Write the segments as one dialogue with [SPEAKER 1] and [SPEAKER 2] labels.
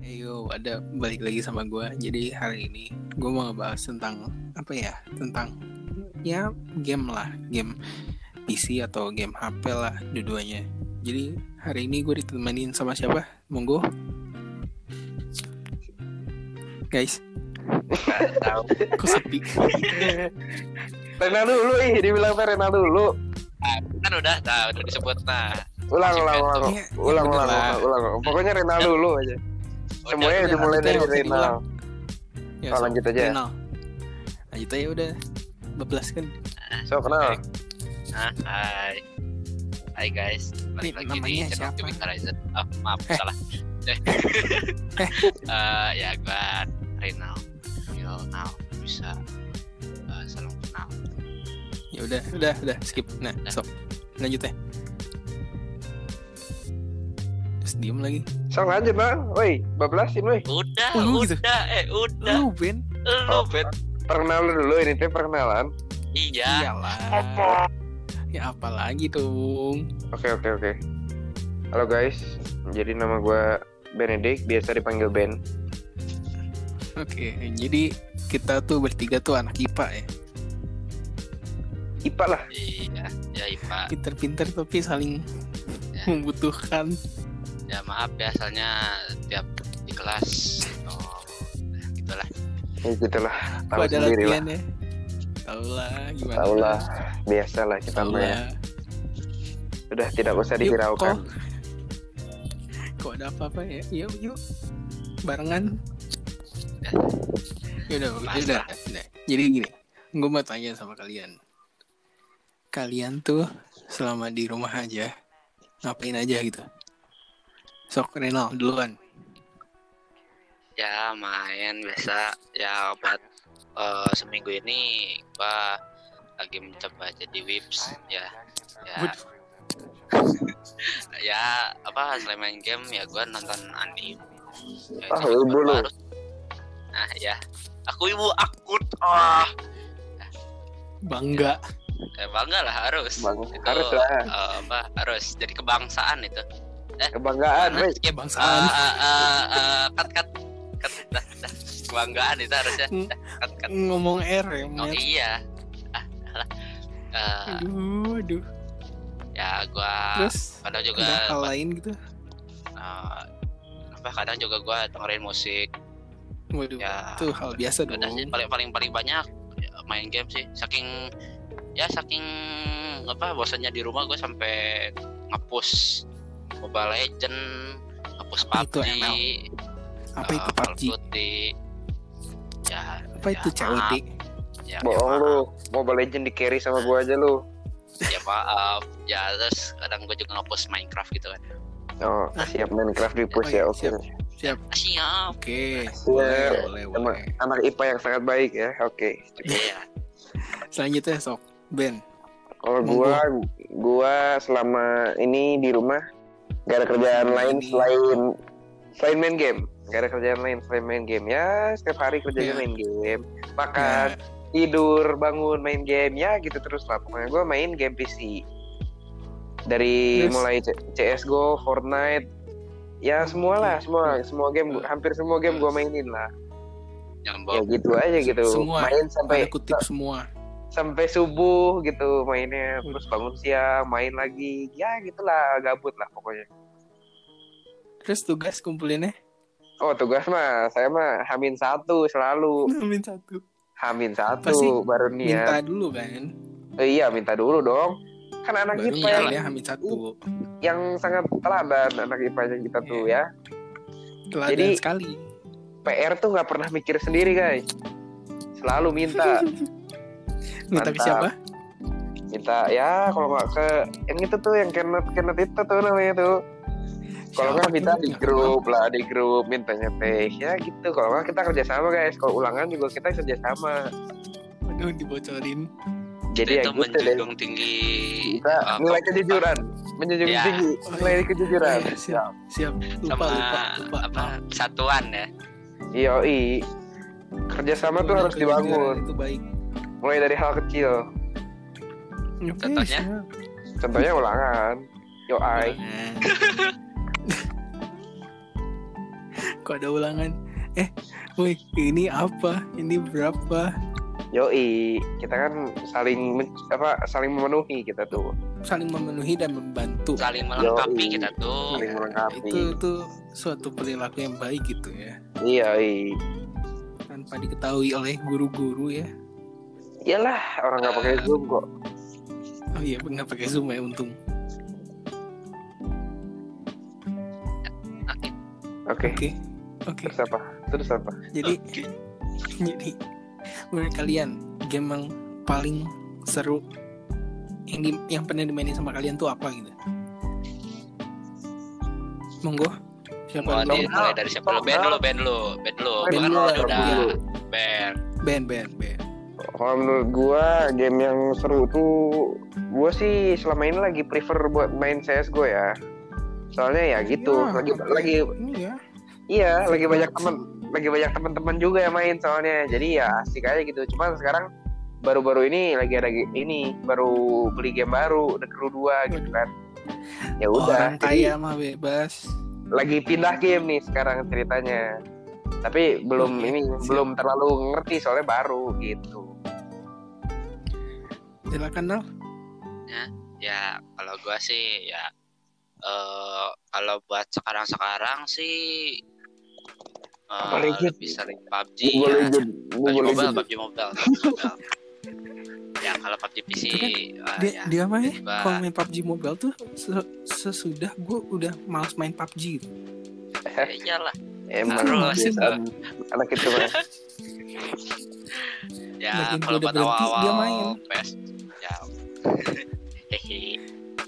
[SPEAKER 1] Ayo, ada balik lagi sama gue. Jadi hari ini gue mau ngebahas tentang apa ya? Tentang ya game lah, game PC atau game HP lah, dua-duanya. Jadi hari ini gue ditemenin sama siapa? Monggo. Guys. Tahu. Kok sepi?
[SPEAKER 2] Rena dulu ih dibilang teh Rena dulu
[SPEAKER 3] kan udah tahu udah disebut nah
[SPEAKER 2] ulang ulang ulang
[SPEAKER 1] Iya, Oh,
[SPEAKER 2] ulang
[SPEAKER 1] bener
[SPEAKER 2] ulang
[SPEAKER 1] lah.
[SPEAKER 2] ulang pokoknya Rena dulu aja
[SPEAKER 3] Udah,
[SPEAKER 2] semuanya
[SPEAKER 3] udah.
[SPEAKER 2] dimulai
[SPEAKER 1] lanjut
[SPEAKER 2] dari
[SPEAKER 1] aja, udah
[SPEAKER 2] Rena
[SPEAKER 1] diulang. Ya,
[SPEAKER 2] Oh, lanjut aja ya?
[SPEAKER 1] Final. Lanjut aja udah. 12 kan.
[SPEAKER 2] so kenal
[SPEAKER 3] Nah, hai hai guys balik
[SPEAKER 1] Nih,
[SPEAKER 3] lagi
[SPEAKER 1] namanya
[SPEAKER 3] di channel
[SPEAKER 1] siapa?
[SPEAKER 3] Cubic Horizon oh maaf
[SPEAKER 1] Eh.
[SPEAKER 3] salah
[SPEAKER 1] Eh.
[SPEAKER 3] Eh, ya gua Renal Renal now bisa eh, salam kenal
[SPEAKER 1] Ya udah, udah, udah skip. Nah, sok. Lanjut ya. Terus diem lagi.
[SPEAKER 2] so lanjut bang woi bablasin woi
[SPEAKER 3] udah
[SPEAKER 1] Oh, lu gitu?
[SPEAKER 3] udah eh udah
[SPEAKER 1] Lu Ben?
[SPEAKER 3] lu
[SPEAKER 2] Oh.
[SPEAKER 3] bet
[SPEAKER 2] perkenalan dulu ini teh perkenalan
[SPEAKER 3] iya
[SPEAKER 1] Iyalah. Ya apa lagi dong?
[SPEAKER 2] oke oke oke halo guys jadi nama gua Benedict biasa dipanggil Ben
[SPEAKER 1] Oke, jadi kita tuh bertiga tuh anak IPA ya.
[SPEAKER 2] Ipa lah
[SPEAKER 3] iya ya Ipa
[SPEAKER 1] Pinter-pinter tapi saling membutuhkan.
[SPEAKER 3] ya maaf biasanya tiap di kelas oh gitulah
[SPEAKER 2] ya gitulah tahu
[SPEAKER 1] Pada
[SPEAKER 2] sendiri lah
[SPEAKER 1] latihan ya. Tau lah gimana.
[SPEAKER 2] tahu lah biasa lah kita
[SPEAKER 1] Tau
[SPEAKER 2] mah ya.
[SPEAKER 1] lah.
[SPEAKER 2] sudah tidak
[SPEAKER 1] Iya.
[SPEAKER 2] usah
[SPEAKER 1] Yuk,
[SPEAKER 2] dihiraukan
[SPEAKER 1] Kok ada apa-apa ya? Yuk, yuk. Barengan. Yaudah, udah,
[SPEAKER 3] Mas,
[SPEAKER 1] udah, udah. Jadi gini, gue mau tanya sama kalian. Kalian tuh selama di rumah aja, ngapain aja gitu? Sok Renal duluan.
[SPEAKER 3] Ya main biasa ya buat eh, seminggu ini gua lagi mencoba jadi whips ya ya ya apa selain main game ya gua nonton anime Ya,
[SPEAKER 2] Ah,
[SPEAKER 3] itu
[SPEAKER 2] ibu lu.
[SPEAKER 3] baru- nah ya aku ibu aku ah
[SPEAKER 1] Bangga.
[SPEAKER 3] eh, bangga lah harus
[SPEAKER 2] Bang-
[SPEAKER 3] Itu,
[SPEAKER 2] harus lah
[SPEAKER 3] eh, apa harus jadi kebangsaan itu
[SPEAKER 2] kebanggaan
[SPEAKER 3] Nah,
[SPEAKER 1] Ya,
[SPEAKER 2] woi
[SPEAKER 3] skip.
[SPEAKER 1] Kebangsaan.
[SPEAKER 3] Eh, eh, eh, eh, cut cut cut dah, dah. kebanggaan itu harusnya
[SPEAKER 1] Hmm.
[SPEAKER 3] Dah, cut cut
[SPEAKER 1] Ngomong R ya,
[SPEAKER 3] Oh
[SPEAKER 1] Met.
[SPEAKER 3] iya. Ah, salah. Eh,
[SPEAKER 1] Aduh, aduh.
[SPEAKER 3] ya gua
[SPEAKER 1] Hmm. Terus,
[SPEAKER 3] kadang juga
[SPEAKER 1] ada hal lain gitu?
[SPEAKER 3] eh, apa kadang juga gua dengerin musik.
[SPEAKER 1] Waduh,
[SPEAKER 3] Ya,
[SPEAKER 1] itu hal biasa dong.
[SPEAKER 3] Udah sih paling paling paling banyak ya, main game sih. Saking ya saking apa bosannya di rumah gua sampai ngapus Mobile Legend, ngapus
[SPEAKER 1] Apa itu
[SPEAKER 3] PUBG,
[SPEAKER 1] ML? Apa itu
[SPEAKER 3] eh, Call of
[SPEAKER 1] PUBG?
[SPEAKER 3] Duty. Ya,
[SPEAKER 1] Apa
[SPEAKER 3] ya,
[SPEAKER 1] itu COD?
[SPEAKER 3] maaf. Ya, ya,
[SPEAKER 2] bohong
[SPEAKER 3] maaf.
[SPEAKER 2] lu Mobile Legend di carry sama gua aja lu
[SPEAKER 3] ya maaf ya terus kadang gue juga ngepost Minecraft gitu kan
[SPEAKER 2] Oh, siap Minecraft di
[SPEAKER 1] Oh,
[SPEAKER 2] push ya,
[SPEAKER 1] iya,
[SPEAKER 2] oke.
[SPEAKER 1] siap.
[SPEAKER 3] Ah,
[SPEAKER 1] ya,
[SPEAKER 3] siap
[SPEAKER 1] Oke, boleh,
[SPEAKER 2] Siap.
[SPEAKER 1] boleh,
[SPEAKER 2] Iya. Sama
[SPEAKER 1] boleh.
[SPEAKER 2] anak IPA yang sangat baik ya, oke.
[SPEAKER 3] iya
[SPEAKER 1] Selanjutnya sok Ben. Hmm,
[SPEAKER 2] Kalau gua, gua selama ini di rumah gak ada kerjaan
[SPEAKER 1] Ini.
[SPEAKER 2] lain selain selain main game, gak ada kerjaan lain selain main game. Ya setiap hari kerjanya
[SPEAKER 1] Iya.
[SPEAKER 2] main game,
[SPEAKER 1] Ya,
[SPEAKER 2] makan, tidur, bangun, main game, ya gitu terus lah. Pokoknya gua main game PC dari
[SPEAKER 1] Terus?
[SPEAKER 2] mulai C- CS:GO, Fortnite, ya
[SPEAKER 1] Hmm.
[SPEAKER 2] semualah, semua semua game, gua- hampir semua game gua mainin lah. ya
[SPEAKER 3] nyambung
[SPEAKER 2] gitu aja gitu
[SPEAKER 1] Semua.
[SPEAKER 2] main
[SPEAKER 1] Ada
[SPEAKER 2] sampai
[SPEAKER 1] kutip semua.
[SPEAKER 2] sampai subuh gitu mainnya terus bangun siang main lagi ya gitulah gabut lah pokoknya
[SPEAKER 1] Terus tugas kumpulinnya
[SPEAKER 2] oh tugas mah saya mah hamin satu selalu
[SPEAKER 1] min satu.
[SPEAKER 2] hamin
[SPEAKER 1] Pasti
[SPEAKER 2] satu baru niat
[SPEAKER 1] Minta dulu kan.
[SPEAKER 2] Eh, iya minta dulu dong kan anak
[SPEAKER 1] Baru ya.
[SPEAKER 2] IPA yang,
[SPEAKER 1] nilainya hamin
[SPEAKER 2] Uh.
[SPEAKER 1] satu.
[SPEAKER 2] yang sangat teladan anak IPA nya kita tuh
[SPEAKER 1] Iya.
[SPEAKER 2] ya
[SPEAKER 1] Teladan
[SPEAKER 2] Jadi-
[SPEAKER 1] sekali.
[SPEAKER 2] PR tuh nggak pernah mikir sendiri guys selalu minta
[SPEAKER 1] Minta ke
[SPEAKER 2] Mantap.
[SPEAKER 1] siapa?
[SPEAKER 2] minta ya kalau nggak ke yang itu tuh yang kena kena itu tuh namanya tuh Kalau
[SPEAKER 1] Siapa
[SPEAKER 2] nggak kita
[SPEAKER 1] tuh?
[SPEAKER 2] di grup lah, di grup mintanya teh ya gitu. Kalau nggak kita kerja sama guys. Kalau ulangan juga kita kerja sama.
[SPEAKER 1] Aduh dibocorin.
[SPEAKER 2] Jadi ya
[SPEAKER 3] itu
[SPEAKER 2] gitu deh.
[SPEAKER 3] menjunjung tinggi
[SPEAKER 2] Kita
[SPEAKER 3] eh,
[SPEAKER 2] nilai
[SPEAKER 3] apa-
[SPEAKER 2] kejujuran, menjunjung
[SPEAKER 3] Ya.
[SPEAKER 2] tinggi nilai kejujuran.
[SPEAKER 1] Eh, siap, siap. Lupa,
[SPEAKER 3] sama
[SPEAKER 1] lupa, lupa.
[SPEAKER 3] apa satuan ya
[SPEAKER 2] Iya, i. Kerjasama tuh
[SPEAKER 1] Lupa
[SPEAKER 2] harus
[SPEAKER 1] kejujuran
[SPEAKER 2] dibangun.
[SPEAKER 1] Itu baik.
[SPEAKER 2] Mulai dari hal kecil.
[SPEAKER 1] Oke,
[SPEAKER 3] Contohnya?
[SPEAKER 1] siap.
[SPEAKER 2] Contohnya
[SPEAKER 3] Eh,
[SPEAKER 2] ulangan. Yo ai.
[SPEAKER 1] Nah. kok ada ulangan eh woi ini apa ini berapa
[SPEAKER 2] Yoi, kita kan saling men- apa saling memenuhi kita tuh,
[SPEAKER 1] saling memenuhi dan membantu
[SPEAKER 3] saling melengkapi
[SPEAKER 2] Yoi.
[SPEAKER 3] kita tuh
[SPEAKER 2] saling melengkapi.
[SPEAKER 1] itu itu suatu perilaku yang baik gitu ya
[SPEAKER 2] Iya,
[SPEAKER 1] tanpa diketahui oleh guru-guru ya
[SPEAKER 2] iyalah orang nggak pakai zoom kok.
[SPEAKER 1] oh iya nggak pakai zoom ya untung
[SPEAKER 3] Oke.
[SPEAKER 2] Oke,
[SPEAKER 1] oke oke
[SPEAKER 2] terus apa? Terus apa?
[SPEAKER 1] jadi jadi menurut kalian game yang paling seru yang di- yang pernah dimainin sama kalian tuh apa gitu monggo siapa
[SPEAKER 3] Mulai dari,
[SPEAKER 1] dulu
[SPEAKER 2] Nominal.
[SPEAKER 3] mulai dari siapa dulu? Ben dulu, Ben dulu, Ben
[SPEAKER 1] Ben
[SPEAKER 3] dulu. Bahkan
[SPEAKER 1] dulu,
[SPEAKER 3] Roy
[SPEAKER 1] Ben
[SPEAKER 3] udah
[SPEAKER 1] dulu.
[SPEAKER 3] Ben.
[SPEAKER 1] Ben Ben Ben
[SPEAKER 2] Kalau menurut gua game yang seru tuh gua sih selama ini lagi prefer buat main CS:GO ya. Soalnya ya gitu,
[SPEAKER 1] Iya,
[SPEAKER 2] lagi
[SPEAKER 1] apa-
[SPEAKER 2] lagi
[SPEAKER 1] ini ya
[SPEAKER 2] iya, lagi banyak teman lagi banyak teman-teman juga yang main soalnya. Jadi ya asik aja gitu. Cuman sekarang baru-baru ini lagi ada ge- ini baru beli game baru The Crew 2 gitu kan. Ya
[SPEAKER 1] Oh,
[SPEAKER 2] udah,
[SPEAKER 1] orang
[SPEAKER 2] jadi
[SPEAKER 1] kaya mah bebas
[SPEAKER 2] lagi pindah game nih sekarang ceritanya. Tapi belum
[SPEAKER 1] Oke,
[SPEAKER 2] ini
[SPEAKER 1] siap.
[SPEAKER 2] belum terlalu ngerti soalnya baru gitu.
[SPEAKER 1] silakan Nal
[SPEAKER 3] Ya, kalau gua sih ya eh kalau buat sekarang-sekarang sih eh,
[SPEAKER 2] Apa Legend?
[SPEAKER 3] lebih sering PUBG
[SPEAKER 2] Mobile
[SPEAKER 3] ya.
[SPEAKER 2] Legend,
[SPEAKER 3] PUBG
[SPEAKER 2] Mobile
[SPEAKER 3] Mobile,
[SPEAKER 2] Legend.
[SPEAKER 3] PUBG Mobile. PUBG Mobile. ya kalau PUBG PC
[SPEAKER 1] Itu kan
[SPEAKER 3] eh,
[SPEAKER 1] dia
[SPEAKER 3] ya.
[SPEAKER 1] dia mah ya
[SPEAKER 3] Tiba-
[SPEAKER 1] kalau main PUBG Mobile tuh se- sesudah gue udah males main PUBG gitu.
[SPEAKER 3] ya iyalah.
[SPEAKER 2] Emang
[SPEAKER 3] Terus.
[SPEAKER 2] kebiasaan anak itu Mas.
[SPEAKER 3] Ya
[SPEAKER 1] Legend
[SPEAKER 3] kalau
[SPEAKER 1] udah
[SPEAKER 3] buat
[SPEAKER 1] berhenti, dia main.
[SPEAKER 3] awal-awal PS ya. Hehehe.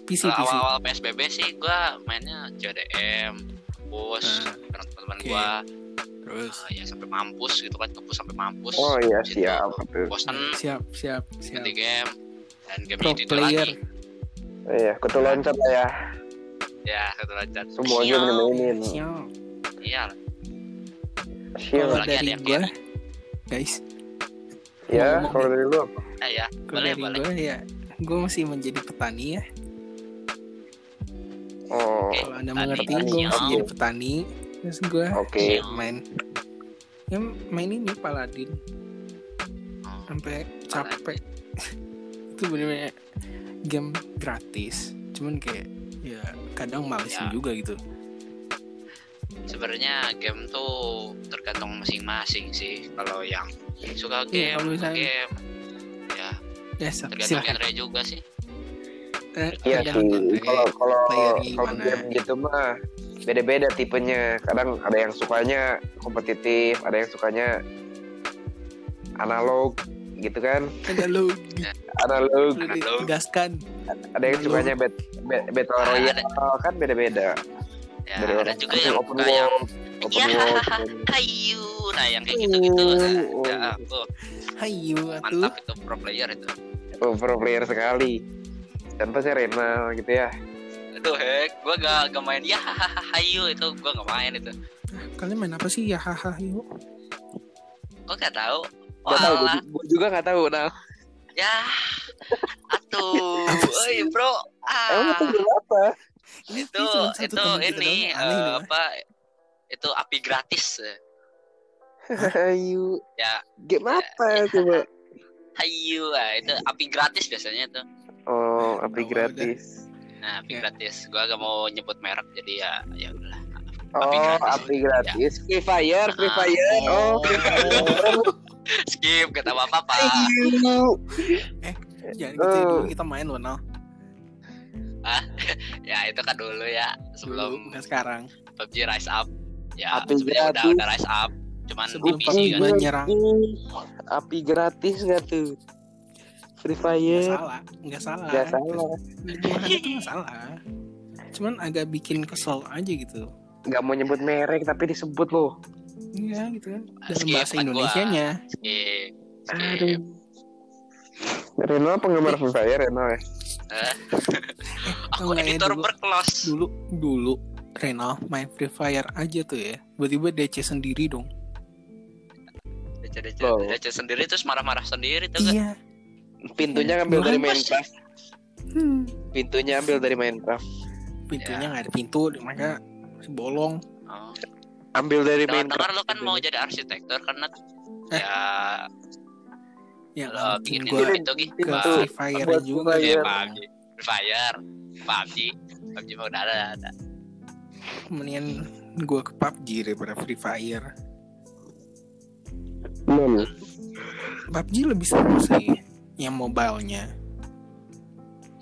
[SPEAKER 1] PC
[SPEAKER 3] Kalau
[SPEAKER 1] PC
[SPEAKER 3] awal-awal PSBB sih gua mainnya CDM, bus,
[SPEAKER 1] Hmm.
[SPEAKER 3] bareng teman-teman
[SPEAKER 1] Oke.
[SPEAKER 3] gua
[SPEAKER 1] terus
[SPEAKER 3] eh, ya sampai mampus gitu kan, kepus sampai mampus.
[SPEAKER 2] Oh iya
[SPEAKER 3] Gitu.
[SPEAKER 2] siap tuh.
[SPEAKER 3] Bosan
[SPEAKER 1] siap siap Hmm. siap
[SPEAKER 3] ganti game dan game
[SPEAKER 1] Pro
[SPEAKER 3] itu, itu
[SPEAKER 1] player.
[SPEAKER 3] lagi.
[SPEAKER 2] Iya, kutu loncat lah ya.
[SPEAKER 3] Ya, satu lancar.
[SPEAKER 2] Semua game dimainin.
[SPEAKER 1] siap
[SPEAKER 3] Iya,
[SPEAKER 2] Siap.
[SPEAKER 1] Kalau
[SPEAKER 3] Oh, Lagi ada
[SPEAKER 1] dari
[SPEAKER 3] yang
[SPEAKER 1] gue, guys,
[SPEAKER 2] Ya, kalau dari lu apa?
[SPEAKER 3] ah, ya.
[SPEAKER 1] kalau
[SPEAKER 3] Boleh,
[SPEAKER 1] dari
[SPEAKER 3] boleh.
[SPEAKER 1] gue ya, gue masih menjadi petani ya.
[SPEAKER 2] Oh,
[SPEAKER 3] Oke.
[SPEAKER 1] Kalau anda
[SPEAKER 3] Eh, Petani,
[SPEAKER 1] mengerti,
[SPEAKER 2] petani,
[SPEAKER 1] gue masih
[SPEAKER 2] oh.
[SPEAKER 1] jadi petani. Terus gue
[SPEAKER 2] oke.
[SPEAKER 3] Siap.
[SPEAKER 1] main, ya main ini paladin
[SPEAKER 3] Oh,
[SPEAKER 1] sampai capek. Itu bener-bener game gratis, cuman kayak ya kadang malesin
[SPEAKER 3] Ya.
[SPEAKER 1] juga gitu.
[SPEAKER 3] Sebenarnya game tuh tergantung masing-masing sih. Kalau yang suka
[SPEAKER 1] Iya,
[SPEAKER 3] game,
[SPEAKER 1] kalau misalnya-
[SPEAKER 3] game. Ya,
[SPEAKER 1] Ya sil-
[SPEAKER 3] tergantung
[SPEAKER 1] silahkan.
[SPEAKER 3] genre juga sih.
[SPEAKER 1] Eh,
[SPEAKER 2] Iya
[SPEAKER 1] ada
[SPEAKER 2] sih.
[SPEAKER 1] konten.
[SPEAKER 2] Kalau kalau
[SPEAKER 1] player di
[SPEAKER 2] kalau
[SPEAKER 1] mana.
[SPEAKER 2] game gitu mah beda-beda tipenya. Kadang ada yang sukanya kompetitif, ada yang sukanya analog gitu kan.
[SPEAKER 1] ada lu
[SPEAKER 2] Analog,
[SPEAKER 1] perlu
[SPEAKER 3] Halo.
[SPEAKER 1] ditegaskan.
[SPEAKER 2] ada yang sukanya bet, bet- battle
[SPEAKER 3] Ada-
[SPEAKER 2] royale kan beda-beda.
[SPEAKER 3] Nah, Ya,
[SPEAKER 2] Dari
[SPEAKER 3] ada
[SPEAKER 2] orang-
[SPEAKER 3] juga yang
[SPEAKER 2] open
[SPEAKER 3] suka
[SPEAKER 2] world,
[SPEAKER 3] yang
[SPEAKER 2] open
[SPEAKER 3] ya,
[SPEAKER 2] world,
[SPEAKER 3] hahaha,
[SPEAKER 2] open-
[SPEAKER 3] ayu. Nah, yang kayak gitu-gitu. Nah,
[SPEAKER 2] Oh.
[SPEAKER 3] ya, aku
[SPEAKER 1] Hayu atuh.
[SPEAKER 3] mantap ya. itu pro player itu.
[SPEAKER 2] Oh, pro player sekali. Dan pasti Renal gitu ya.
[SPEAKER 3] Aduh, hek, gua gak, gak main ya, hahaha, ayu itu gua gak main itu.
[SPEAKER 1] Kalian main apa sih ya hahaha yuk.
[SPEAKER 3] Kok gak tahu?
[SPEAKER 2] Gak tahu,
[SPEAKER 3] Walah.
[SPEAKER 2] gue juga gak tahu. Nah,
[SPEAKER 3] Ya, atuh, oi bro, ah,
[SPEAKER 2] emang itu game apa?
[SPEAKER 1] Ini
[SPEAKER 3] itu
[SPEAKER 1] cuma satu
[SPEAKER 3] itu
[SPEAKER 1] teman kita
[SPEAKER 3] ini
[SPEAKER 1] doang, aneh
[SPEAKER 3] eh,
[SPEAKER 1] doang.
[SPEAKER 3] apa? Itu api gratis eh,
[SPEAKER 2] Ayu,
[SPEAKER 3] ya.
[SPEAKER 2] game apa ya, coba?
[SPEAKER 3] Hayu, ah, itu api gratis biasanya tuh.
[SPEAKER 2] Oh,
[SPEAKER 1] Tahu
[SPEAKER 2] api gratis.
[SPEAKER 3] Nah, api
[SPEAKER 1] Ya.
[SPEAKER 3] gratis. Gua gak mau nyebut merek, jadi ya, ya udahlah. Api
[SPEAKER 2] Oh,
[SPEAKER 3] gratis.
[SPEAKER 2] api gratis. Ya. Free Fire, Free
[SPEAKER 3] Ah.
[SPEAKER 2] Fire. Oh, Free Fire.
[SPEAKER 3] Skip, gak tahu apa apa.
[SPEAKER 1] Iya.
[SPEAKER 2] Ayu.
[SPEAKER 1] Jangan gitu ya,
[SPEAKER 2] Eh.
[SPEAKER 1] dulu kita main loh Nal
[SPEAKER 3] Ya itu kan dulu ya,
[SPEAKER 1] Dulu,
[SPEAKER 3] sebelum
[SPEAKER 1] bukan sekarang
[SPEAKER 3] PUBG Rise Up. Ya,
[SPEAKER 2] Api
[SPEAKER 3] sebenarnya udah
[SPEAKER 2] gratis.
[SPEAKER 3] udah Rise Up, cuman
[SPEAKER 1] Sebelum PUBG
[SPEAKER 3] di PC kan.
[SPEAKER 1] Rise Menyerang.
[SPEAKER 2] Api gratis gak tuh? Free
[SPEAKER 1] Nggak
[SPEAKER 2] Fire.
[SPEAKER 1] salah Iya. Nggak salah
[SPEAKER 2] Gak salah.
[SPEAKER 1] Dibuang itu nggak salah Cuman agak bikin kesel aja gitu
[SPEAKER 2] Gak mau nyebut merek tapi disebut loh.
[SPEAKER 1] Iya gitu kan Dalam
[SPEAKER 3] Skip,
[SPEAKER 1] bahasa
[SPEAKER 3] kan gua.
[SPEAKER 1] Indonesianya
[SPEAKER 3] Skip, skip.
[SPEAKER 2] Aduh. Reno penggemar Free Fire, Reno ya?
[SPEAKER 3] Eh,
[SPEAKER 1] Tau
[SPEAKER 3] Aku
[SPEAKER 1] nggak ya,
[SPEAKER 3] editor
[SPEAKER 1] dulu-
[SPEAKER 3] berkelas.
[SPEAKER 1] Dulu Dulu Renal main Free Fire aja tuh ya Tiba-tiba DC sendiri dong
[SPEAKER 3] Dece, dece,
[SPEAKER 2] Loh.
[SPEAKER 3] dece sendiri terus marah-marah sendiri tuh kan.
[SPEAKER 1] Iya
[SPEAKER 2] Pintunya ngambil dari Minecraft.
[SPEAKER 1] Hmm.
[SPEAKER 2] Pintunya ambil dari Minecraft.
[SPEAKER 3] Iya.
[SPEAKER 1] Pintunya nggak ada pintu Mereka masih bolong
[SPEAKER 3] Oh.
[SPEAKER 2] ambil dari main
[SPEAKER 3] dengar lo kan mau jadi arsitektur karena ya
[SPEAKER 1] Eh. Ya,
[SPEAKER 3] lo
[SPEAKER 1] bikin
[SPEAKER 3] bikin
[SPEAKER 1] gue
[SPEAKER 2] gua-
[SPEAKER 3] itu gitu
[SPEAKER 1] ke
[SPEAKER 3] ke
[SPEAKER 1] Free Fire
[SPEAKER 2] buat
[SPEAKER 1] juga.
[SPEAKER 2] gua-
[SPEAKER 3] ya
[SPEAKER 2] Fire.
[SPEAKER 3] PUBG Fire PUBG PUBG mah udah ada, ada.
[SPEAKER 1] Mendingan gue ke PUBG daripada Free Fire.
[SPEAKER 2] Hmm.
[SPEAKER 1] PUBG lebih seru sih yang mobile-nya.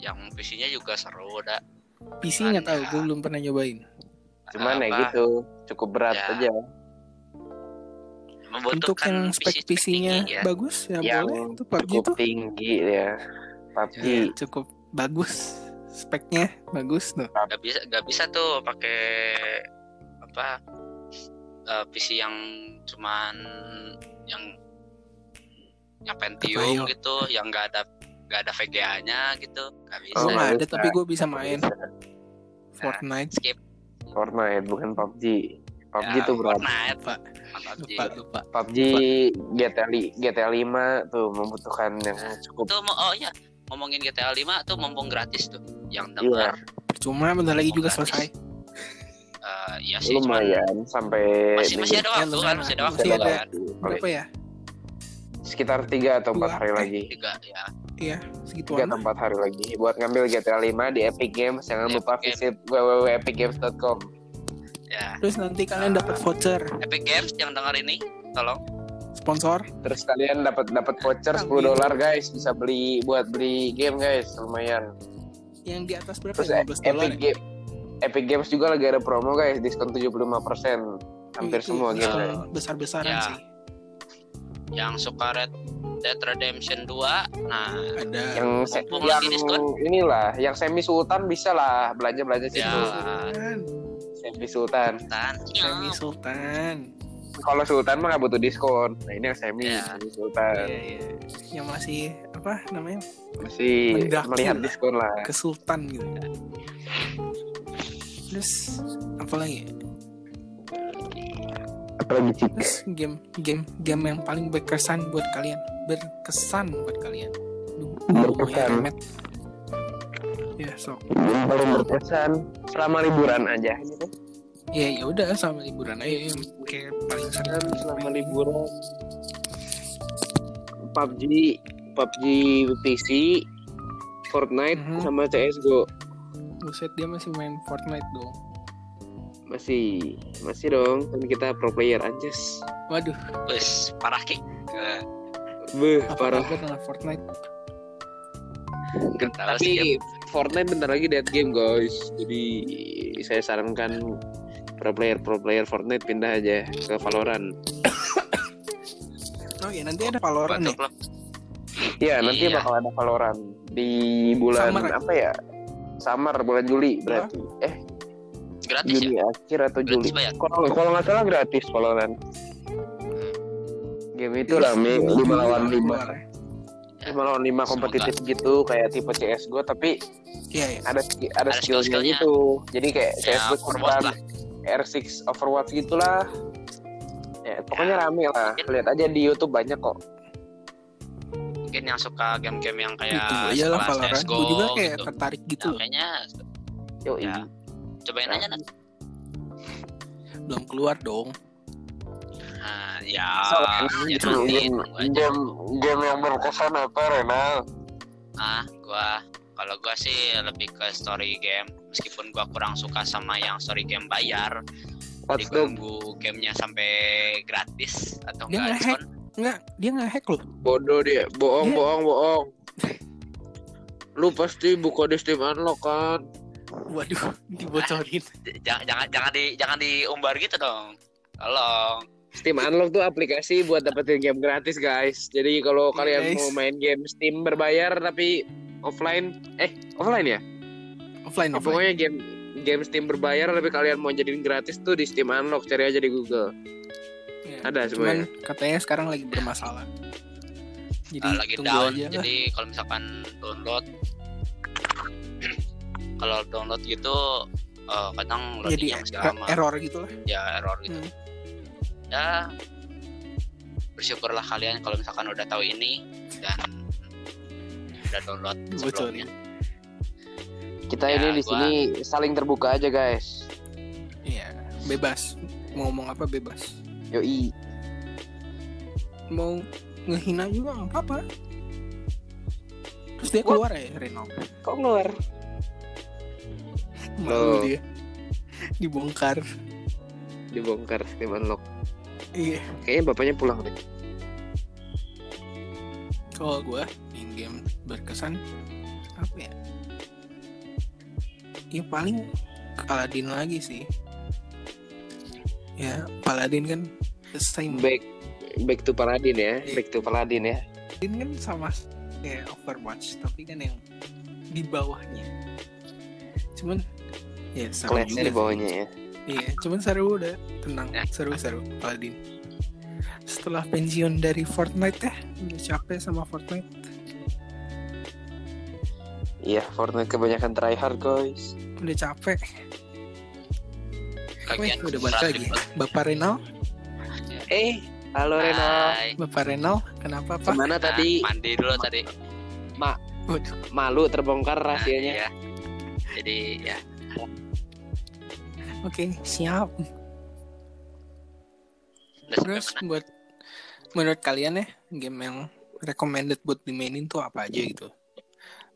[SPEAKER 3] yang PC-nya juga seru udah
[SPEAKER 1] PC nggak tahu,
[SPEAKER 3] Ada.
[SPEAKER 1] gue belum pernah nyobain.
[SPEAKER 2] Cuman ya
[SPEAKER 3] Apa,
[SPEAKER 2] gitu, cukup berat
[SPEAKER 3] Ya.
[SPEAKER 2] aja.
[SPEAKER 1] Untuk
[SPEAKER 3] membutuhkan
[SPEAKER 1] yang spek
[SPEAKER 3] PC
[SPEAKER 1] PC-nya
[SPEAKER 3] tinggi ya.
[SPEAKER 1] bagus ya,
[SPEAKER 2] Yang
[SPEAKER 1] boleh. Itu PUBG
[SPEAKER 2] Iya, Cukup
[SPEAKER 1] tuh
[SPEAKER 2] tinggi ya.
[SPEAKER 1] Ya,
[SPEAKER 2] PUBG,
[SPEAKER 1] cukup bagus speknya bagus tuh.
[SPEAKER 3] nggak bisa nggak bisa tuh pakai apa eh, PC yang cuman yang yang Pentium
[SPEAKER 1] Kebayang.
[SPEAKER 3] gitu yang nggak ada nggak ada VGA-nya gitu nggak bisa
[SPEAKER 1] Gue
[SPEAKER 2] Oh,
[SPEAKER 1] nggak ada
[SPEAKER 2] bisa.
[SPEAKER 1] tapi gue bisa main Fortnite.
[SPEAKER 3] skip
[SPEAKER 2] Fortnite bukan PUBG. PUBG
[SPEAKER 3] Ya,
[SPEAKER 2] tuh berat.
[SPEAKER 3] Fortnite
[SPEAKER 1] Lupa.
[SPEAKER 3] Bukan PUBG.
[SPEAKER 1] Lupa lupa.
[SPEAKER 2] PUBG GTA li- GTA 5 tuh membutuhkan yang cukup
[SPEAKER 3] tuh mau- oh ya ngomongin GTA 5 tuh mumpung gratis tuh yang dengar
[SPEAKER 1] Percuma bentar lagi juga
[SPEAKER 3] Gratis.
[SPEAKER 1] selesai.
[SPEAKER 3] eh, iya sih cuman
[SPEAKER 2] lumayan sampai
[SPEAKER 3] masih masih ada
[SPEAKER 1] Ya,
[SPEAKER 3] waktu kan
[SPEAKER 1] lumayan.
[SPEAKER 3] masih ada waktu
[SPEAKER 1] Masih ada.
[SPEAKER 3] kan
[SPEAKER 1] Berapa ya?
[SPEAKER 2] sekitar 3 atau 4
[SPEAKER 1] Dua.
[SPEAKER 2] hari lagi.
[SPEAKER 3] tiga ya
[SPEAKER 1] Iya, Segituan.
[SPEAKER 2] 3 atau 4 hari lagi buat ngambil GTA 5 di Epic Games jangan
[SPEAKER 3] Di
[SPEAKER 2] lupa
[SPEAKER 3] Epic Games.
[SPEAKER 2] visit www.epicgames.com.
[SPEAKER 3] ya
[SPEAKER 1] Terus nanti kalian dapat voucher
[SPEAKER 3] Epic Games yang dengar ini tolong
[SPEAKER 1] sponsor.
[SPEAKER 2] Terus kalian dapat dapat voucher 10 dolar guys, bisa beli buat beli game guys, lumayan.
[SPEAKER 1] Yang di atas berapa?
[SPEAKER 2] Terus
[SPEAKER 1] ya?
[SPEAKER 2] eh,
[SPEAKER 1] 15 dolar.
[SPEAKER 2] Epic Game Epic Games juga lagi ada promo guys, diskon 75%. Hampir semua gitu. game guys.
[SPEAKER 1] besar besaran
[SPEAKER 3] Ya.
[SPEAKER 1] sih.
[SPEAKER 3] yang suka Red Dead Redemption 2 nah
[SPEAKER 1] Ada.
[SPEAKER 2] Yang se-
[SPEAKER 3] Mumpung
[SPEAKER 2] yang
[SPEAKER 3] lagi diskon.
[SPEAKER 2] inilah, yang semi sultan bisa lah belanja-belanja situ.
[SPEAKER 3] Ya.
[SPEAKER 1] Sultan.
[SPEAKER 2] Semi sultan.
[SPEAKER 3] dan
[SPEAKER 1] Semi Sultan.
[SPEAKER 2] Kalau sultan mah nggak butuh diskon. Nah, ini yang semi,
[SPEAKER 3] Ya.
[SPEAKER 2] semi sultan.
[SPEAKER 1] Iya, iya. Yang masih apa namanya?
[SPEAKER 2] Masih
[SPEAKER 1] Mendaki
[SPEAKER 2] melihat
[SPEAKER 1] lah.
[SPEAKER 2] diskon lah.
[SPEAKER 1] Ke Sultan gitu. Terus apa lagi?
[SPEAKER 2] Apalagi cik.
[SPEAKER 1] Terus game game game yang paling berkesan buat kalian, berkesan buat kalian. Duh,
[SPEAKER 2] Berkesan.
[SPEAKER 1] ngomongnya remet. Ya, so.
[SPEAKER 2] Yang paling berkesan selama liburan aja.
[SPEAKER 1] Ya, ya udah sama liburan aja yang kayak paling
[SPEAKER 2] kan
[SPEAKER 1] sering.
[SPEAKER 2] selama liburan PUBG PUBG PC Fortnite
[SPEAKER 1] Mhm.
[SPEAKER 2] sama CSGO
[SPEAKER 1] Buset dia masih main Fortnite dong.
[SPEAKER 2] masih masih dong kan kita pro player anjas
[SPEAKER 1] Waduh,
[SPEAKER 3] wes parah ki Eh,
[SPEAKER 2] beh
[SPEAKER 1] apa
[SPEAKER 2] parah
[SPEAKER 1] kabar dengan Fortnite?
[SPEAKER 3] nggak tahu sih
[SPEAKER 2] tapi Fortnite bentar lagi dead game guys jadi saya sarankan pro player pro player Fortnite pindah aja ke Valorant
[SPEAKER 1] Oh ya nanti ada Valorant nih.
[SPEAKER 3] batuk lo.
[SPEAKER 2] ya nanti
[SPEAKER 3] Iya.
[SPEAKER 2] bakal ada Valorant di bulan
[SPEAKER 1] Summer.
[SPEAKER 2] apa ya Summer bulan Juli berarti eh
[SPEAKER 1] Iya,
[SPEAKER 3] gratis ya
[SPEAKER 2] Juni akhir atau
[SPEAKER 3] gratis ya?
[SPEAKER 2] Juli
[SPEAKER 3] bayar
[SPEAKER 2] kalau kalau nggak salah gratis Valorant game itu
[SPEAKER 1] Terus
[SPEAKER 2] rame
[SPEAKER 1] ini juga
[SPEAKER 2] lima lawan lima
[SPEAKER 1] Iya, keluar. ya.
[SPEAKER 2] lima lawan lima kompetitif gitu kayak tipe CS gue tapi
[SPEAKER 1] Iya, iya.
[SPEAKER 2] ada ada,
[SPEAKER 3] Ada
[SPEAKER 2] skillnya
[SPEAKER 3] skill-skillnya.
[SPEAKER 2] gitu jadi kayak
[SPEAKER 3] Ya,
[SPEAKER 2] CS gue
[SPEAKER 3] Overwatch lah.
[SPEAKER 2] R6 Overwatch gitulah ya, pokoknya rame lah lihat aja di YouTube banyak kok
[SPEAKER 3] mungkin yang suka game-game yang kayak
[SPEAKER 1] Itu aja lah
[SPEAKER 3] Ya, sekelas
[SPEAKER 1] Gitu, Valorant.
[SPEAKER 3] CS:GO
[SPEAKER 1] Gue juga kayak
[SPEAKER 3] gitu.
[SPEAKER 1] tertarik gitu Oh, iya.
[SPEAKER 3] Nah,
[SPEAKER 1] loh.
[SPEAKER 3] kayaknya
[SPEAKER 2] yo
[SPEAKER 3] Ya. cobain aja nanti
[SPEAKER 1] Belum keluar dong.
[SPEAKER 3] nah, ya
[SPEAKER 1] iya.
[SPEAKER 3] ya nanti
[SPEAKER 2] game, game,
[SPEAKER 3] tunggu aja
[SPEAKER 2] game, game yang berkesan apa Renal?
[SPEAKER 3] ah gua kalau gua sih lebih ke story game meskipun gua kurang suka sama yang story game bayar jadi
[SPEAKER 2] Watch
[SPEAKER 3] gua
[SPEAKER 2] Dogs
[SPEAKER 3] nunggu gamenya sampai gratis atau
[SPEAKER 1] Dia
[SPEAKER 3] enggak
[SPEAKER 1] nge-hack.
[SPEAKER 3] diskon
[SPEAKER 1] Enggak, dia nggak hack loh.
[SPEAKER 2] bodoh dia bohong
[SPEAKER 1] Dia-
[SPEAKER 2] bohong bohong lu pasti buka di Steam Unlock kan
[SPEAKER 1] Waduh, dibocorin.
[SPEAKER 3] J- jangan jangan jangan di jangan diumbar gitu dong tolong
[SPEAKER 2] Steam Unlock tuh aplikasi buat dapetin game gratis guys. Jadi kalau
[SPEAKER 1] Iya,
[SPEAKER 2] kalian
[SPEAKER 1] guys.
[SPEAKER 2] mau main game Steam berbayar tapi offline, eh offline ya?
[SPEAKER 1] Offline, offline.
[SPEAKER 2] Ya, Pokoknya game game Steam berbayar tapi kalian mau jadiin gratis tuh di Steam Unlock cari aja di Google.
[SPEAKER 1] Iya.
[SPEAKER 2] Ada
[SPEAKER 1] Cuman
[SPEAKER 2] semuanya.
[SPEAKER 1] katanya sekarang lagi bermasalah. Jadi
[SPEAKER 3] Ah, lagi
[SPEAKER 1] tunggu
[SPEAKER 3] down
[SPEAKER 1] aja lah.
[SPEAKER 3] jadi kalau misalkan download kalau download gitu eh, kadang
[SPEAKER 1] Jadi
[SPEAKER 3] loadingnya masih
[SPEAKER 1] er-
[SPEAKER 3] lama
[SPEAKER 1] error gitu lah.
[SPEAKER 3] ya error gitu
[SPEAKER 1] Hmm.
[SPEAKER 3] ya bersyukurlah kalian kalau misalkan udah tahu ini dan udah download sebelumnya
[SPEAKER 2] Kita
[SPEAKER 3] Ya,
[SPEAKER 2] ini di
[SPEAKER 3] gua-
[SPEAKER 2] Ya, sini saling terbuka aja guys.
[SPEAKER 1] Iya, bebas. mau ngomong apa bebas
[SPEAKER 2] Yoi.
[SPEAKER 1] mau ngehina juga nggak apa-apa terus dia keluar ya Reno
[SPEAKER 4] Kok ngeluar?
[SPEAKER 1] malu
[SPEAKER 2] Loh.
[SPEAKER 1] dia dibongkar
[SPEAKER 2] Dibongkar, dimanlok.
[SPEAKER 1] iya
[SPEAKER 2] Kayaknya bapaknya pulang deh.
[SPEAKER 1] kalau gue main game berkesan apa ya ya paling Paladin lagi sih ya Paladin kan same
[SPEAKER 2] Back back to Paladin ya, back to Paladin ya.
[SPEAKER 1] Paladin kan sama kayak Overwatch tapi kan yang di bawahnya cuman ya sama juga
[SPEAKER 2] Kelasnya di
[SPEAKER 1] sih.
[SPEAKER 2] bawahnya ya.
[SPEAKER 1] Iya, cuman seru udah tenang,
[SPEAKER 3] Ya.
[SPEAKER 1] seru-seru Paladin. Setelah pensiun dari Fortnite ya, udah capek sama Fortnite.
[SPEAKER 2] Iya, Fortnite kebanyakan tryhard guys.
[SPEAKER 1] Udah capek. Wih,
[SPEAKER 3] Lagian
[SPEAKER 1] udah balik lagi. Bapak Renal,
[SPEAKER 2] Eh, halo Rena.
[SPEAKER 3] Hai.
[SPEAKER 1] Bapak Renal, kenapa Pak?
[SPEAKER 2] Kemana tadi?
[SPEAKER 3] Nah, mandi dulu tadi.
[SPEAKER 1] Waduh,
[SPEAKER 2] Malu terbongkar
[SPEAKER 3] Nah,
[SPEAKER 2] rahasianya.
[SPEAKER 3] iya. Jadi ya
[SPEAKER 1] Oke, siap.
[SPEAKER 3] udah sampai
[SPEAKER 1] Terus
[SPEAKER 3] mana?
[SPEAKER 1] buat menurut kalian ya, game yang recommended buat dimainin tuh apa aja gitu?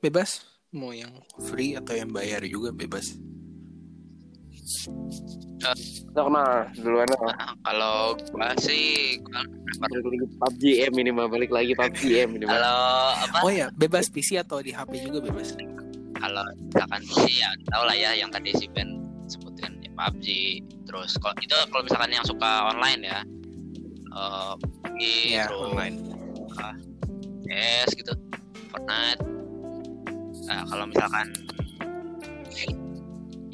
[SPEAKER 1] Bebas, mau yang free atau yang bayar juga bebas.
[SPEAKER 2] Sok nah, duluan nah.
[SPEAKER 3] Nah, kalau gua sih gua-
[SPEAKER 2] Balik lagi PUBG ya minimal balik lagi PUBG ya minimal.
[SPEAKER 3] kalau apa?
[SPEAKER 1] Oh ya, bebas PC atau di HP juga bebas.
[SPEAKER 3] Kalau misalkan sih ya tau lah ya yang tadi si Ben sebutin ya, PUBG terus kalau itu kalau misalkan yang suka online ya eh PUBG,
[SPEAKER 1] Iya,
[SPEAKER 3] terus
[SPEAKER 1] online.
[SPEAKER 3] CS gitu Fortnite nah, kalau misalkan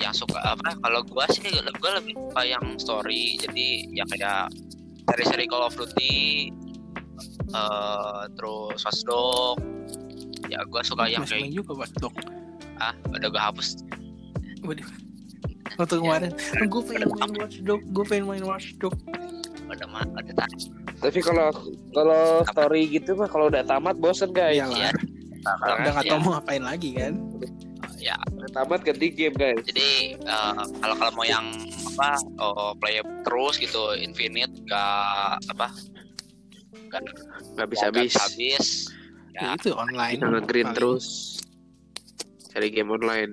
[SPEAKER 3] yang suka apa kalau gua sih gua lebih suka yang story jadi ya kayak seri-seri Call of Duty eh terus Watch Dogs. ya gua suka yang
[SPEAKER 1] Masih main
[SPEAKER 3] kayak
[SPEAKER 1] juga Watch Dogs.
[SPEAKER 3] ah udah gua hapus
[SPEAKER 1] Waduh. Waktu kemarin, gue pengen main Watch Dogs, gue pengen main Watch Dogs.
[SPEAKER 3] udah mah udah tak
[SPEAKER 2] Tapi kalau kalau story gitu mah kalau udah tamat bosen guys.
[SPEAKER 1] Iyalah.
[SPEAKER 3] ya
[SPEAKER 1] Udah nggak
[SPEAKER 3] ya,
[SPEAKER 1] tau mau ngapain lagi kan?
[SPEAKER 3] ya
[SPEAKER 2] Udah tamat ganti game guys.
[SPEAKER 3] jadi eh, kalau kalau mau yang apa oh, play terus gitu infinite gak apa gak
[SPEAKER 2] Gak bisa habis.
[SPEAKER 3] Nggak habis. Ya,
[SPEAKER 1] Ya, itu online.
[SPEAKER 2] Kita nge-green
[SPEAKER 1] Paling
[SPEAKER 2] terus. Cari game online.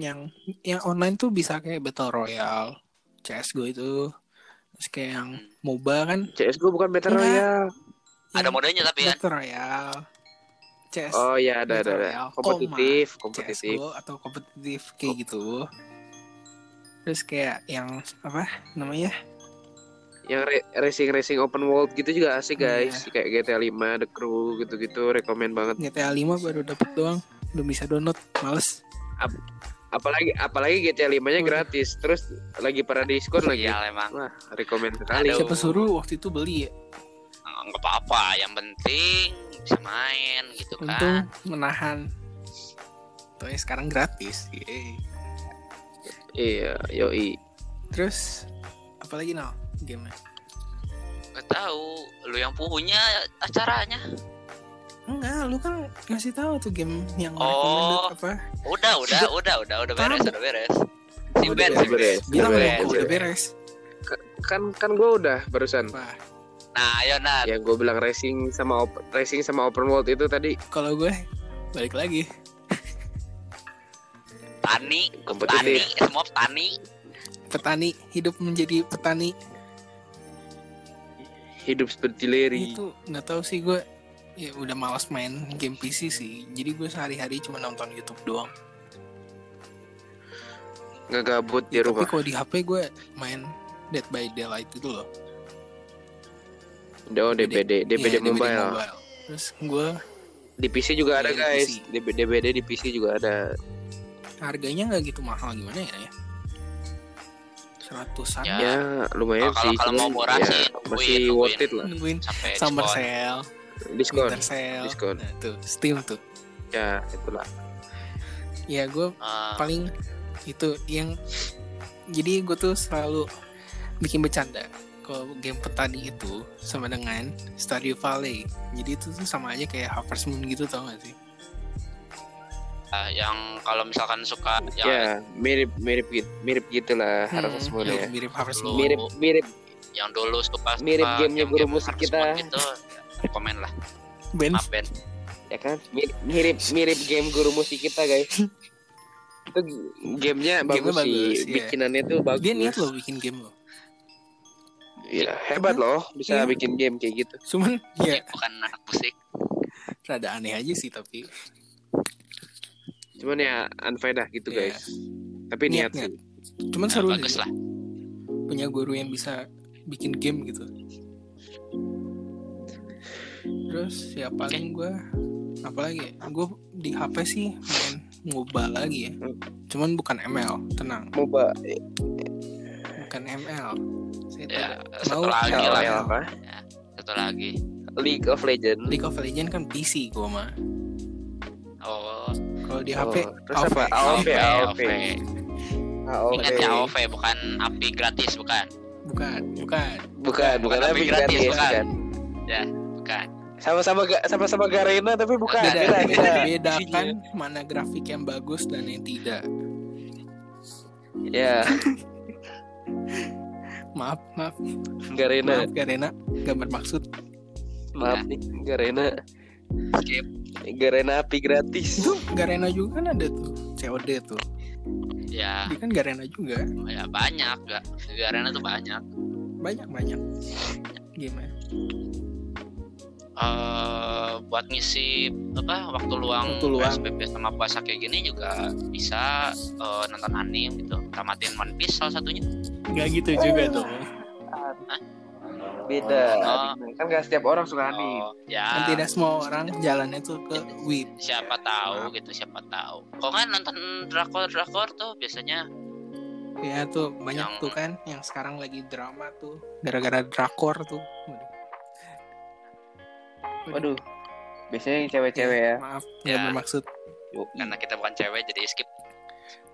[SPEAKER 1] Yang yang online tuh bisa kayak Battle Royale, CS:GO itu, terus kayak yang MOBA kan?
[SPEAKER 2] CS:GO bukan Battle
[SPEAKER 1] Enggak.
[SPEAKER 2] Royale.
[SPEAKER 3] Hmm. ada
[SPEAKER 1] Yang
[SPEAKER 3] modenya tapi kan
[SPEAKER 1] Battle Royale, CS,
[SPEAKER 2] Oh iya ada ada.
[SPEAKER 1] Battle
[SPEAKER 2] ada.
[SPEAKER 1] Royale.
[SPEAKER 2] Kompetitif, kompetitif.
[SPEAKER 1] CS:GO atau kompetitif kayak gitu. Terus kayak yang apa namanya?
[SPEAKER 2] Yang re- racing-racing open world gitu juga asik guys.
[SPEAKER 1] Iya.
[SPEAKER 2] Kayak GTA 5, The Crew gitu-gitu rekomend banget.
[SPEAKER 1] GTA 5 baru dapet doang, belum bisa download, males.
[SPEAKER 2] Apalagi apalagi GTA 5-nya
[SPEAKER 3] Iya.
[SPEAKER 1] Waduh.
[SPEAKER 2] gratis. Terus lagi pada diskon lagi.
[SPEAKER 3] ya emang
[SPEAKER 2] Wah, rekomend sekali.
[SPEAKER 3] Aduh.
[SPEAKER 1] Siapa suruh waktu itu beli ya?
[SPEAKER 3] eh, nggak apa-apa yang penting bisa main gitu
[SPEAKER 1] Untung
[SPEAKER 3] kan
[SPEAKER 1] Ah, menahan. Tapi sekarang gratis. Yeay.
[SPEAKER 2] Iya, yoi.
[SPEAKER 1] Terus apalagi no game
[SPEAKER 3] nggak tahu lu yang punya acaranya
[SPEAKER 1] Enggak, lu kan ngasih tahu tuh game yang
[SPEAKER 3] Oh,
[SPEAKER 1] recommended apa?
[SPEAKER 3] udah udah udah udah udah beres
[SPEAKER 1] Tahu.
[SPEAKER 3] udah beres si
[SPEAKER 1] Udah
[SPEAKER 3] Ben
[SPEAKER 2] Udah
[SPEAKER 3] si Ben.
[SPEAKER 2] beres.
[SPEAKER 1] Bilang
[SPEAKER 2] udah
[SPEAKER 1] dong,
[SPEAKER 2] beres,
[SPEAKER 1] udah
[SPEAKER 2] udah beres.
[SPEAKER 1] beres.
[SPEAKER 2] Kan kan gue udah barusan.
[SPEAKER 1] Wah,
[SPEAKER 3] nah ayo Nat
[SPEAKER 2] Yang gue bilang racing sama op- racing sama open world itu tadi
[SPEAKER 1] kalau gue balik lagi.
[SPEAKER 3] tani tani
[SPEAKER 2] kompetitif.
[SPEAKER 3] semua tani
[SPEAKER 1] Petani, hidup menjadi petani
[SPEAKER 2] Hidup seperti Larry.
[SPEAKER 1] itu nggak tahu sih gue ya udah malas main game PC sih. Jadi gue sehari-hari cuma nonton YouTube doang.
[SPEAKER 2] Ngegabut di
[SPEAKER 1] Tapi
[SPEAKER 2] Ya, rumah.
[SPEAKER 1] kalau di HP gue main Dead by Daylight itu loh.
[SPEAKER 2] Oh, DBD, DBD
[SPEAKER 1] Iya,
[SPEAKER 2] Mobile.
[SPEAKER 1] Terus gue
[SPEAKER 2] Di PC juga ada,
[SPEAKER 1] Iya, di
[SPEAKER 2] guys.
[SPEAKER 1] PC.
[SPEAKER 2] DB- DBD di PC juga ada.
[SPEAKER 1] harganya nggak gitu mahal gimana ya ya seratusan
[SPEAKER 3] Ya.
[SPEAKER 2] Ya, lumayan
[SPEAKER 3] Kalau-
[SPEAKER 2] sih.
[SPEAKER 3] kalau mau
[SPEAKER 2] cuman
[SPEAKER 3] murah
[SPEAKER 2] ya,
[SPEAKER 3] sih,
[SPEAKER 2] masih
[SPEAKER 3] nungguin,
[SPEAKER 2] worth
[SPEAKER 3] nungguin.
[SPEAKER 2] it lah.
[SPEAKER 1] nungguin
[SPEAKER 3] sampai
[SPEAKER 1] summer
[SPEAKER 3] Ya, diskon.
[SPEAKER 1] sale
[SPEAKER 2] Diskon.
[SPEAKER 1] winter sale
[SPEAKER 2] diskon.
[SPEAKER 1] Nah, tuh steam tuh
[SPEAKER 2] Ya, itulah.
[SPEAKER 1] ya gue
[SPEAKER 3] Eh,
[SPEAKER 1] paling itu yang jadi gue tuh selalu bikin bercanda kalau game petani itu sama dengan Stardew Valley jadi itu tuh sama aja kayak Harvest Moon gitu tau gak sih
[SPEAKER 3] Ah, yang kalau misalkan suka yang
[SPEAKER 2] ya mirip mirip gitu mirip gitulah
[SPEAKER 1] Hmm,
[SPEAKER 2] harusnya semuanya
[SPEAKER 1] ya, mirip Harvest
[SPEAKER 3] Dulu.
[SPEAKER 1] Moon.
[SPEAKER 2] mirip mirip
[SPEAKER 3] yang dulu suka suka
[SPEAKER 2] Mirip gamenya guru
[SPEAKER 3] game-game
[SPEAKER 2] musik
[SPEAKER 3] hardcore
[SPEAKER 2] kita.
[SPEAKER 3] gitu ya, rekomen lah
[SPEAKER 1] Ben,
[SPEAKER 3] maaf Ben
[SPEAKER 2] ya kan mirip mirip, mirip game guru musik kita guys itu g- gamenya bagus,
[SPEAKER 1] Gamenya bagus,
[SPEAKER 2] sih
[SPEAKER 1] iya.
[SPEAKER 2] bikinannya tuh bagus
[SPEAKER 1] dia niat loh bikin game loh.
[SPEAKER 2] Iya, hebat loh bisa
[SPEAKER 1] Iya.
[SPEAKER 2] bikin game kayak gitu
[SPEAKER 1] Cuman ya
[SPEAKER 3] bukan anak musik
[SPEAKER 1] rada aneh aja sih tapi
[SPEAKER 2] cuman ya unfaedah gitu
[SPEAKER 1] Iya.
[SPEAKER 2] guys tapi niat,
[SPEAKER 1] Niatnya.
[SPEAKER 2] sih Kan
[SPEAKER 1] cuman
[SPEAKER 3] Nah,
[SPEAKER 1] seru
[SPEAKER 3] bagus
[SPEAKER 1] sih.
[SPEAKER 3] lah
[SPEAKER 1] punya guru yang bisa bikin game gitu. Terus ya paling gue apalagi gue di HP sih main MOBA lagi ya. Cuman bukan ML, tenang,
[SPEAKER 2] MOBA
[SPEAKER 1] bukan ML. Saya
[SPEAKER 3] ya
[SPEAKER 1] tahu.
[SPEAKER 3] satu
[SPEAKER 1] Mau
[SPEAKER 3] lagi
[SPEAKER 1] LOL.
[SPEAKER 3] lah
[SPEAKER 2] LOL apa
[SPEAKER 3] satu lagi
[SPEAKER 2] League of Legends
[SPEAKER 1] League of Legends kan PC gue mah.
[SPEAKER 3] oh
[SPEAKER 1] Kalau di
[SPEAKER 2] Oh,
[SPEAKER 1] HP
[SPEAKER 2] terus apa? AOV,
[SPEAKER 3] AOV AOV
[SPEAKER 2] AOV. AOV.
[SPEAKER 3] ingat ya AOV bukan api gratis bukan
[SPEAKER 1] bukan, bukan.
[SPEAKER 2] bukan bukan
[SPEAKER 3] Bukan
[SPEAKER 2] tapi
[SPEAKER 3] tapi
[SPEAKER 2] gratis,
[SPEAKER 3] gratis, bukan.
[SPEAKER 2] bukan.
[SPEAKER 3] ya bukan
[SPEAKER 2] sama-sama ga- sama-sama Garena tapi bukan
[SPEAKER 1] Beda,
[SPEAKER 2] beda, beda.
[SPEAKER 1] bedakan mana grafik yang bagus dan yang tidak.
[SPEAKER 2] ya
[SPEAKER 1] Maaf, maaf,
[SPEAKER 2] Garena
[SPEAKER 1] maaf Garena, gak bermaksud.
[SPEAKER 2] maaf nih Garena
[SPEAKER 3] skip
[SPEAKER 2] Garena api gratis
[SPEAKER 1] Itu Garena juga kan ada tuh, COD tuh.
[SPEAKER 3] ya
[SPEAKER 1] Dia kan Garena juga.
[SPEAKER 3] ya banyak gak arena tuh banyak
[SPEAKER 1] banyak banyak gimana
[SPEAKER 3] eh buat ngisi apa waktu luang
[SPEAKER 1] Waktu luang.
[SPEAKER 3] PSBB sama puasa kayak gini juga bisa eh, nonton anime gitu tamatin One Piece salah satunya
[SPEAKER 1] nggak gitu juga dong
[SPEAKER 2] beda
[SPEAKER 3] Oh.
[SPEAKER 2] kan gak setiap orang suka anime
[SPEAKER 3] oh, ya
[SPEAKER 1] kan tidak semua orang jalannya tuh ke wib
[SPEAKER 3] siapa tahu gitu siapa tahu kok kan nonton drakor drakor tuh biasanya
[SPEAKER 1] ya tuh banyak
[SPEAKER 3] Yang-
[SPEAKER 1] tuh kan yang sekarang lagi drama tuh gara-gara drakor tuh Waduh.
[SPEAKER 2] waduh biasanya yang cewek-cewek ya
[SPEAKER 1] maaf nggak
[SPEAKER 3] Ya.
[SPEAKER 1] bermaksud
[SPEAKER 3] karena kita bukan cewek jadi skip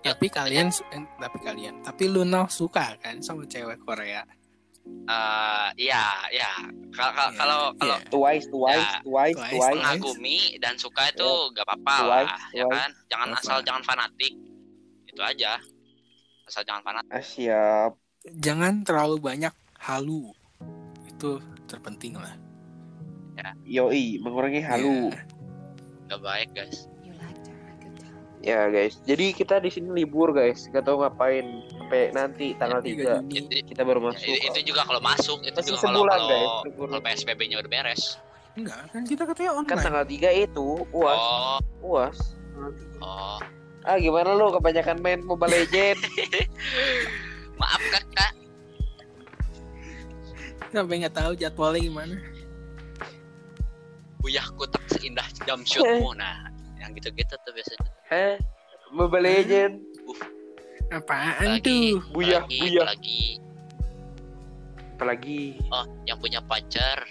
[SPEAKER 3] Ya.
[SPEAKER 1] tapi kalian eh, tapi kalian tapi Luna suka kan sama cewek Korea
[SPEAKER 3] Eh, iya iya Kal- kal-
[SPEAKER 1] Iya,
[SPEAKER 3] kalau kalau
[SPEAKER 1] iya.
[SPEAKER 2] twice twice
[SPEAKER 3] Ya,
[SPEAKER 2] twice
[SPEAKER 1] twice,
[SPEAKER 2] twice
[SPEAKER 1] tengah.
[SPEAKER 3] mengagumi dan suka itu gak apa-apa
[SPEAKER 2] Wise,
[SPEAKER 3] lah ya
[SPEAKER 2] wise.
[SPEAKER 3] kan jangan
[SPEAKER 1] Wise
[SPEAKER 3] asal
[SPEAKER 1] lah.
[SPEAKER 3] jangan fanatik itu aja asal jangan fanatik
[SPEAKER 2] ah, siap
[SPEAKER 1] jangan terlalu banyak halu itu terpenting lah
[SPEAKER 2] yoi mengurangi halu
[SPEAKER 3] gak baik guys
[SPEAKER 2] ya guys jadi kita di sini libur guys gak tahu ngapain sampai nanti tanggal 3
[SPEAKER 1] Juni.
[SPEAKER 3] Jadi-
[SPEAKER 2] kita baru
[SPEAKER 3] Ya,
[SPEAKER 2] masuk
[SPEAKER 3] itu juga kalau masuk itu
[SPEAKER 2] Iya. masih
[SPEAKER 3] juga kalau
[SPEAKER 2] sebulan guys
[SPEAKER 3] kalau
[SPEAKER 2] libur.
[SPEAKER 3] kalau PSBB-nya udah beres.
[SPEAKER 1] enggak kan kita katanya
[SPEAKER 2] kan
[SPEAKER 1] online
[SPEAKER 2] tanggal 3 itu uas
[SPEAKER 3] Oh,
[SPEAKER 2] uas
[SPEAKER 3] oh.
[SPEAKER 2] ah gimana lu kebanyakan main mobile legend
[SPEAKER 3] Maaf Kakak.
[SPEAKER 1] sampai nggak tahu jadwalnya gimana
[SPEAKER 3] Buyahku tak seindah jam shootmu nah. Yang gitu-gitu tuh biasanya.
[SPEAKER 2] Hah? Mobile Legend.
[SPEAKER 1] apaan
[SPEAKER 3] Lagi,
[SPEAKER 1] tuh
[SPEAKER 2] Buyah,
[SPEAKER 3] lagi,
[SPEAKER 2] buyah.
[SPEAKER 3] lagi.
[SPEAKER 2] Apalagi
[SPEAKER 3] Oh, yang punya pacar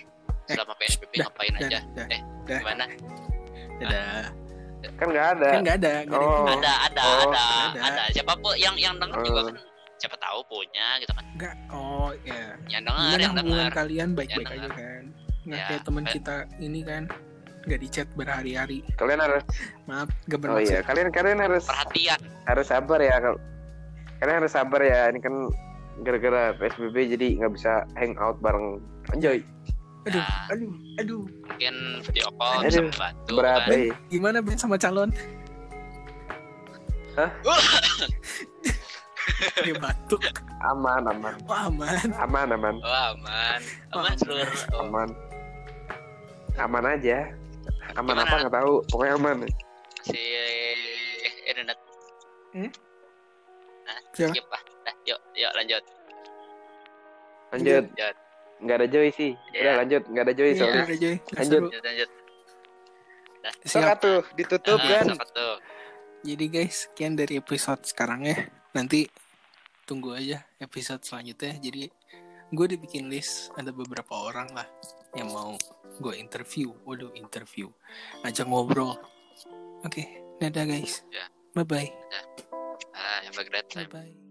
[SPEAKER 3] selama PSBB
[SPEAKER 1] dah,
[SPEAKER 3] ngapain
[SPEAKER 1] dah,
[SPEAKER 3] aja?
[SPEAKER 1] dah,
[SPEAKER 3] eh,
[SPEAKER 1] dah.
[SPEAKER 3] gimana?
[SPEAKER 1] Dadah.
[SPEAKER 2] kan nggak ada.
[SPEAKER 1] kan nggak ada nggak ada yang
[SPEAKER 2] Oh.
[SPEAKER 1] punya.
[SPEAKER 3] Ada, ada,
[SPEAKER 2] Oh,
[SPEAKER 3] ada,
[SPEAKER 1] ada.
[SPEAKER 3] ada. Siapa pun yang yang denger juga
[SPEAKER 2] Eh.
[SPEAKER 3] kan siapa tahu punya gitu kan.
[SPEAKER 1] nggak oh ya
[SPEAKER 3] Yang denger,
[SPEAKER 1] gimana
[SPEAKER 3] yang
[SPEAKER 1] hubungan
[SPEAKER 3] denger.
[SPEAKER 1] kalian baik-baik
[SPEAKER 3] Yang
[SPEAKER 1] aja
[SPEAKER 3] dengar.
[SPEAKER 1] kan nggak
[SPEAKER 3] Ya,
[SPEAKER 1] kayak teman
[SPEAKER 3] kayak-
[SPEAKER 1] kita ini kan nggak di chat berhari-hari
[SPEAKER 2] Kalian harus
[SPEAKER 1] maaf nggak
[SPEAKER 2] Oh
[SPEAKER 1] bermaksud
[SPEAKER 2] iya, kalian kalian harus
[SPEAKER 3] Perhatian.
[SPEAKER 2] harus sabar ya. Kal- Kalian harus sabar ya. Ini kan gara-gara PSBB jadi nggak bisa hangout bareng. Anjay,
[SPEAKER 1] aduh
[SPEAKER 3] Nah,
[SPEAKER 1] aduh aduh
[SPEAKER 3] mungkin video call
[SPEAKER 2] Aduh,
[SPEAKER 3] bisa membantu.
[SPEAKER 2] berat
[SPEAKER 3] kan.
[SPEAKER 2] eh.
[SPEAKER 1] gimana Ben sama calon
[SPEAKER 2] Hah?
[SPEAKER 1] dia batuk
[SPEAKER 2] Aman, aman.
[SPEAKER 1] wah aman
[SPEAKER 2] Aman, aman.
[SPEAKER 3] Wah, aman. Aman
[SPEAKER 1] Aman.
[SPEAKER 3] seluruh. Oh.
[SPEAKER 2] Aman. Aman aja. Aman
[SPEAKER 3] Gimana?
[SPEAKER 2] apa nggak tahu. Pokoknya aman.
[SPEAKER 3] si eh, internet
[SPEAKER 1] Hmm?
[SPEAKER 3] Nah,
[SPEAKER 1] Siapa?
[SPEAKER 3] skip lah. Nah, yuk, yuk lanjut.
[SPEAKER 2] Lanjut.
[SPEAKER 3] Lanjut.
[SPEAKER 2] Nggak ada Joy sih. Udah
[SPEAKER 3] Iya.
[SPEAKER 2] lanjut, nggak ada Joy
[SPEAKER 1] Iya,
[SPEAKER 2] soalnya.
[SPEAKER 1] udah, Joy. Nggak
[SPEAKER 2] Lanjut.
[SPEAKER 1] seru.
[SPEAKER 3] Lanjut, lanjut.
[SPEAKER 1] siap
[SPEAKER 2] Sok tuh ditutup
[SPEAKER 3] Ah,
[SPEAKER 2] kan.
[SPEAKER 3] sok tuh.
[SPEAKER 1] jadi guys sekian dari episode sekarang ya nanti tunggu aja episode selanjutnya jadi gue dibikin list ada beberapa orang lah yang mau gue interview waduh interview ajak ngobrol oke dadah guys
[SPEAKER 3] Ya.
[SPEAKER 1] bye bye
[SPEAKER 3] Ah, yang Baghdad.
[SPEAKER 1] bye bye